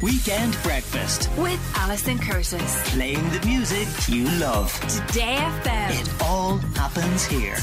Weekend breakfast. with Alison Curtis. Playing the music you love. Today FM. It all happens here.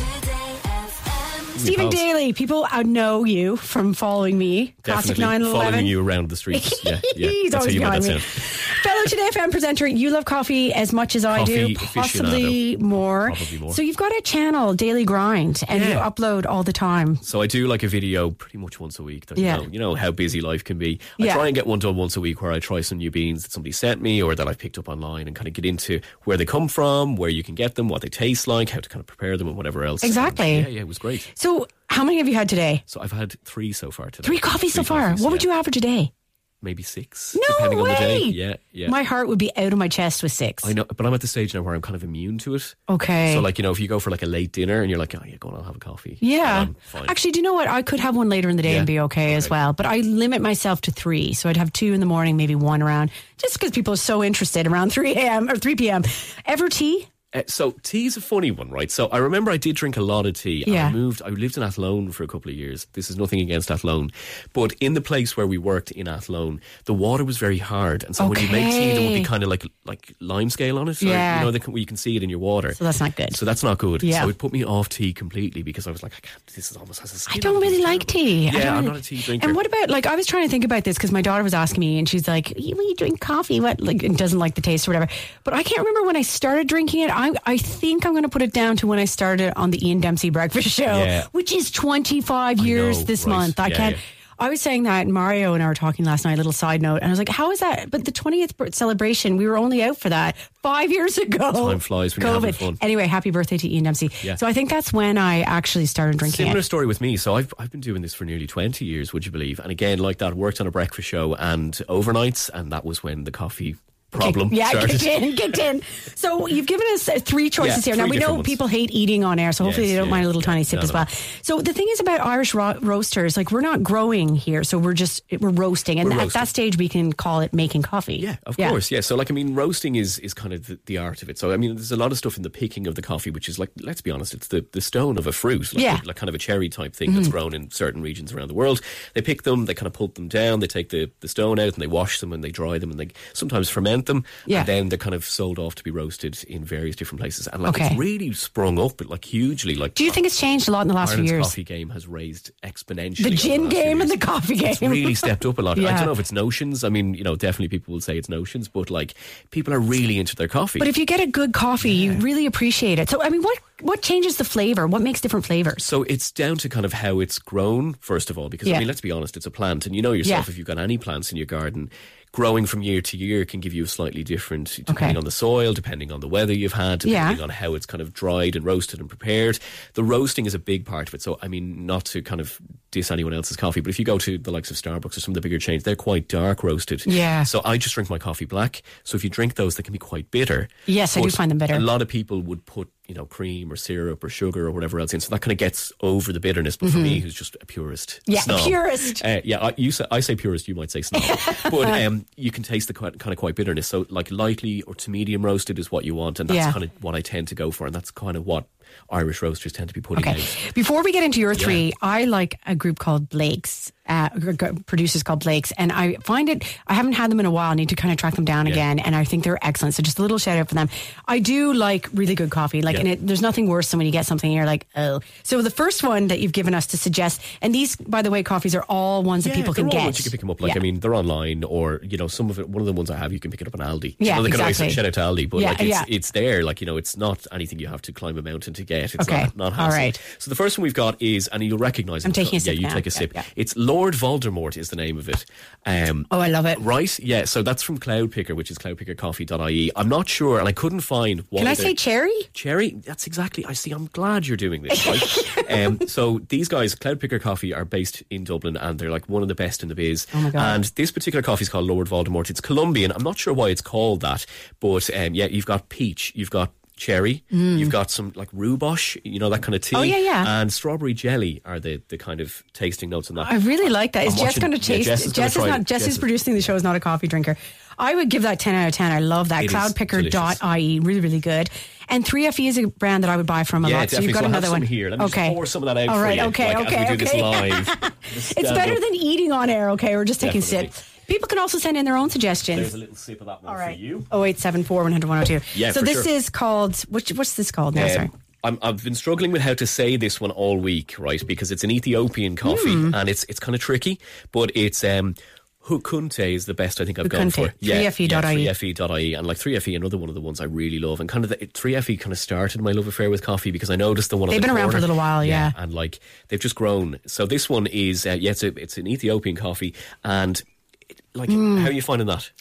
Stephen Because- Daly, people I know you from following me. Classic Definitely 911. following you around the streets. Yeah, yeah. He's That's how always you made behind that me. sound. Fellow Today FM presenter, you love coffee as much as I do, Coffee possibly more. Probably more. So you've got a channel, Daily Grind, and you Yeah. upload all the time. So I do like a video pretty much once a week. Don't Yeah. you, know? you know how busy life can be. Yeah. I try and get one done once a week where I try some new beans that somebody sent me or that I've picked up online and kind of get into where they come from, where you can get them, what they taste like, how to kind of prepare them and whatever else. And, Exactly. yeah, yeah, it was great. So how many have you had today? So I've had three so far today. Three coffees so far. coffees, what would yeah. you average a day? Maybe six. No depending way! on the day. Yeah, yeah. My heart would be out of my chest with six. I know, but I'm at the stage now where I'm kind of immune to it. Okay. So, like, you know, if you go for like a late dinner and you're like, oh, yeah, go on, I'll have a coffee. Yeah. I'm fine. Actually, do you know what? I could have one later in the day Yeah. and be okay, as Okay. well. But I limit myself to three. So I'd have two in the morning, maybe one around, just because people are so interested around 3 a.m. or 3 p.m. Ever tea? Uh, so tea's a funny one, right? So I remember I did drink a lot of tea. Yeah. I moved. I lived in Athlone for a couple of years. This is nothing against Athlone, but in the place where we worked in Athlone, the water was very hard, and so when you make tea, there would Okay. be kind of like like lime scale on it. Yeah. Or, you know, they can, where you can see it in your water. So that's not good. So that's not good. Yeah. So it put me off tea completely because I was like, I can't. This is almost has a skin I on don't it. It's really like terrible. tea. I Yeah, don't I'm really- not a tea drinker. And what about like I was trying to think about this because my daughter was asking me, and she's like, "You- "We drink coffee, what like and doesn't like the taste or whatever." But I can't remember when I started drinking it. I I think I'm going to put it down to when I started on the Ian Dempsey Breakfast Show, Yeah. which is 25 years know, this right. month. I Yeah, can't. yeah. I was saying that and Mario and I were talking last night. Little side note, and I was like, "How is that?" But the 20th bir- celebration, we were only out for that five years ago. Time flies when you're having fun. Anyway, happy birthday to Ian Dempsey. Yeah. So I think that's when I actually started drinking Similar it. story with me. So I've I've been doing this for nearly twenty years. Would you believe? And again, like that, worked on a breakfast show and overnights, and that was when the coffee problem Yeah, started. kicked in, kicked in. So you've given us uh, three choices Yeah, here. Now three we know different ones. people hate eating on air, so hopefully Yes, they don't yeah, mind a little yeah. tiny sip No, as no. well. So the thing is about Irish ro- roasters, like we're not growing here, so we're just we're roasting, and We're at roasting. that stage we can call it making coffee. Yeah, of course. Yeah. So, like, I mean, roasting is is kind of the, the art of it. So, I mean, there's a lot of stuff in the picking of the coffee, which is like, let's be honest, it's the, the stone of a fruit, like, Yeah. Mm-hmm. like kind of a cherry type thing that's grown in certain regions around the world. They pick them, they kind of pulp them down, they take the, the stone out and they wash them and they dry them and they sometimes ferment them. Yeah. And then they're kind of sold off to be roasted in various different places. And like, Okay. it's really sprung up, like hugely. Like, Do you think it's changed a lot in the last Ireland's few years? coffee game has raised exponentially. The over gin last few game and years. the coffee game. It's really stepped up a lot. I Yeah. don't know if it's notions. I mean, you know, definitely people will say it's notions, but like people are really into their coffee. but if you get a good coffee, you really appreciate it. So I mean, what what changes the flavor? What makes different flavors? so it's down to kind of how it's grown, first of all, because Yeah. I mean, let's be honest, it's a plant, and you know yourself Yeah. if you've got any plants in your garden, growing from year to year can give you a slightly different, depending Okay. on the soil, depending on the weather you've had, Yeah. depending on how it's kind of dried and roasted and prepared. The roasting is a big part of it. So I mean, not to kind of diss anyone else's coffee, but if you go to the likes of Starbucks or some of the bigger chains, they're quite dark roasted. Yeah. So I just drink my coffee black. So if you drink those, they can be quite bitter. Yes, I do But find them bitter. A lot of people would put, you know, cream or syrup or sugar or whatever else in. So that kind of gets over the bitterness. But for me, who's just a purist. Mm-hmm. Yeah, a snob, purist. Uh, yeah, I, you say, I say purist, you might say snob. but um, you can taste the quite, kind of quite bitterness. So like lightly or to medium roasted is what you want. And that's Yeah. kind of what I tend to go for. And that's kind of what Irish roasters tend to be putting Okay. out. Before we get into your three, I like a group called Blake's, uh, g- g- producers called Blake's, and I find it. I haven't had them in a while. I need to kind of track them down again, and I think they're excellent. So just a little shout out for them. I do like really good coffee. Like, Yeah. and it, there's nothing worse than when you get something and you're like, oh. So the first one that you've given us to suggest, and these, by the way, coffees are all ones that people can they're all get. ones you can pick them up. Like Yeah. I mean, they're online, or you know, some of it. One of the ones I have, you can pick it up on Aldi. Yeah, you know, they can exactly. always shout out to Aldi, but Yeah, like it's, yeah. it's there. Like you know, it's not anything you have to climb a mountain to get. It's Okay, not, not all hassle. right. So the first one we've got is, and you'll recognise. it. I'm taking a sip Yeah, you now. take a Yeah, sip. yeah. It's Lord Voldemort is the name of it. Um, Oh, I love it. Right, yeah. So that's from Cloudpicker, which is cloudpickercoffee.ie. E. I'm not sure, and I couldn't find. What Can I they're- say cherry? Cherry, that's exactly. I see. I'm glad you're doing this. Right? um, so these guys, Cloudpicker Coffee, are based in Dublin, and they're like one of the best in the biz. Oh my God. And this particular coffee is called Lord Voldemort. It's Colombian. I'm not sure why it's called that, but um, yeah, you've got peach, you've got cherry, you've got some like rhubarb, you know that kind of tea. Mm. Oh, yeah, yeah. And strawberry jelly are the the kind of tasting notes on that. I really like that. Is I'm Jess watching- going to yeah, taste? Jess is gonna Jess is try not. it. Jess Jess is is- producing the show. Is not a coffee drinker. I would give that ten out of ten. I love that It is cloudpicker.ie. E. Really, really good. And 3FE is a brand that I would buy from a yeah, lot. So definitely. you've got so I have another some one here. Let me okay. just pour some of that out All right. for you. Okay. like, okay. As we do okay. this live. Just It's stand better up. than eating on air. Okay, or just taking a sip. Definitely. People can also send in their own suggestions. There's a little sip of that one All for right. you. 0874 100 102. Yeah, so for this sure. is called, which, what's this called now? Sorry. Um, I'm, I've been struggling with how to say this one all week, right? Because it's an Ethiopian coffee Hmm. and it's it's kind of tricky, but it's um, Hukunte is the best I think I've gone Hukunte. E for. 3FE.ie. yeah, E 3fe.ie. And like 3fe, another one of the ones I really love. And kind of the, 3fe kind of E started my love affair with coffee because I noticed the one on They've the been around for a corner- little while, yeah. And like they've just grown. So this one is, uh, yeah, it's, a, it's an Ethiopian coffee. And it, like, Hmm. how are you finding that?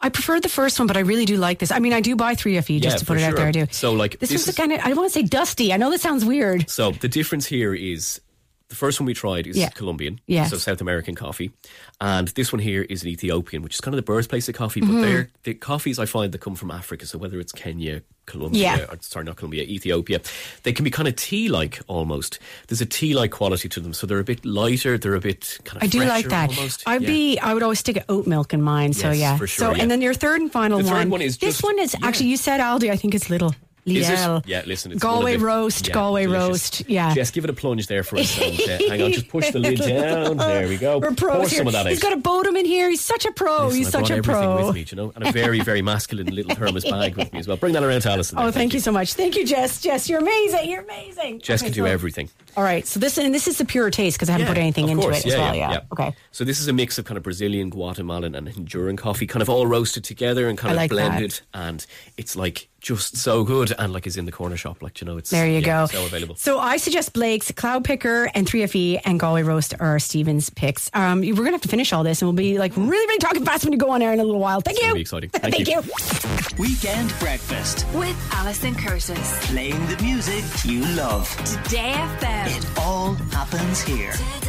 I prefer the first one, but I really do like this. I mean, I do buy 3FE just Yeah, to put for it out sure. there. I do. So, like, this, this is, is- the kind of, I don't want to say dusty. I know this sounds weird. So the difference here is the first one we tried is Yeah. Colombian, Yes. so South American coffee, and this one here is an Ethiopian, which is kind of the birthplace of coffee. Mm-hmm. But they're the coffees I find that come from Africa, so whether it's Kenya, Colombia, Yeah. or, sorry, not Colombia, Ethiopia, they can be kind of tea-like almost. There's a tea-like quality to them, so they're a bit lighter, they're a bit kind of. I do fresher like that. Almost. I'd Yeah. be. I would always stick oat milk in mine. So Yes, yeah. for sure, so yeah. and then your third and final The third one. one is this just- one is yeah. actually you said Aldi. I think it's little. Is it? Lidl. Yeah, listen, it's Galway one of the- roast. yeah, Galway delicious. roast. Yeah. Jess, give it a plunge there for us. and, uh, hang on, just push the lid down. There we go. We're pros Pour here. some of that out. He's got a Bodum in here. He's such a pro. Listen, He's I Oh, such brought a everything pro. with me, do you know, and a very, very masculine little Hermes bag with me as well. Bring that around to Alison. Oh, there, thank, you. so much. Thank you, Jess. Jess, you're amazing. You're amazing. Jess Okay, can do so- everything. All right. So this and this is the pure taste because I haven't Yeah, put anything of into course. it as well. Yeah. Okay. So this is a mix of kind of Brazilian, Guatemalan, and Honduran coffee, kind of all roasted together and I kind of like that. blended, and it's like just so good. And like is in the corner shop, like do you know, it's There you go. yeah, so available. So I suggest Blake's Cloud Picker and 3FE and Galway Roast are Stevens picks. Um, we're going to have to finish all this and we'll be like really, really talking fast when you go on air in a little while. Thank gonna you. be exciting. Thank, Thank you. you. Weekend breakfast. with Alison Curtis. Playing the music you love. Today It FM. all happens here. Today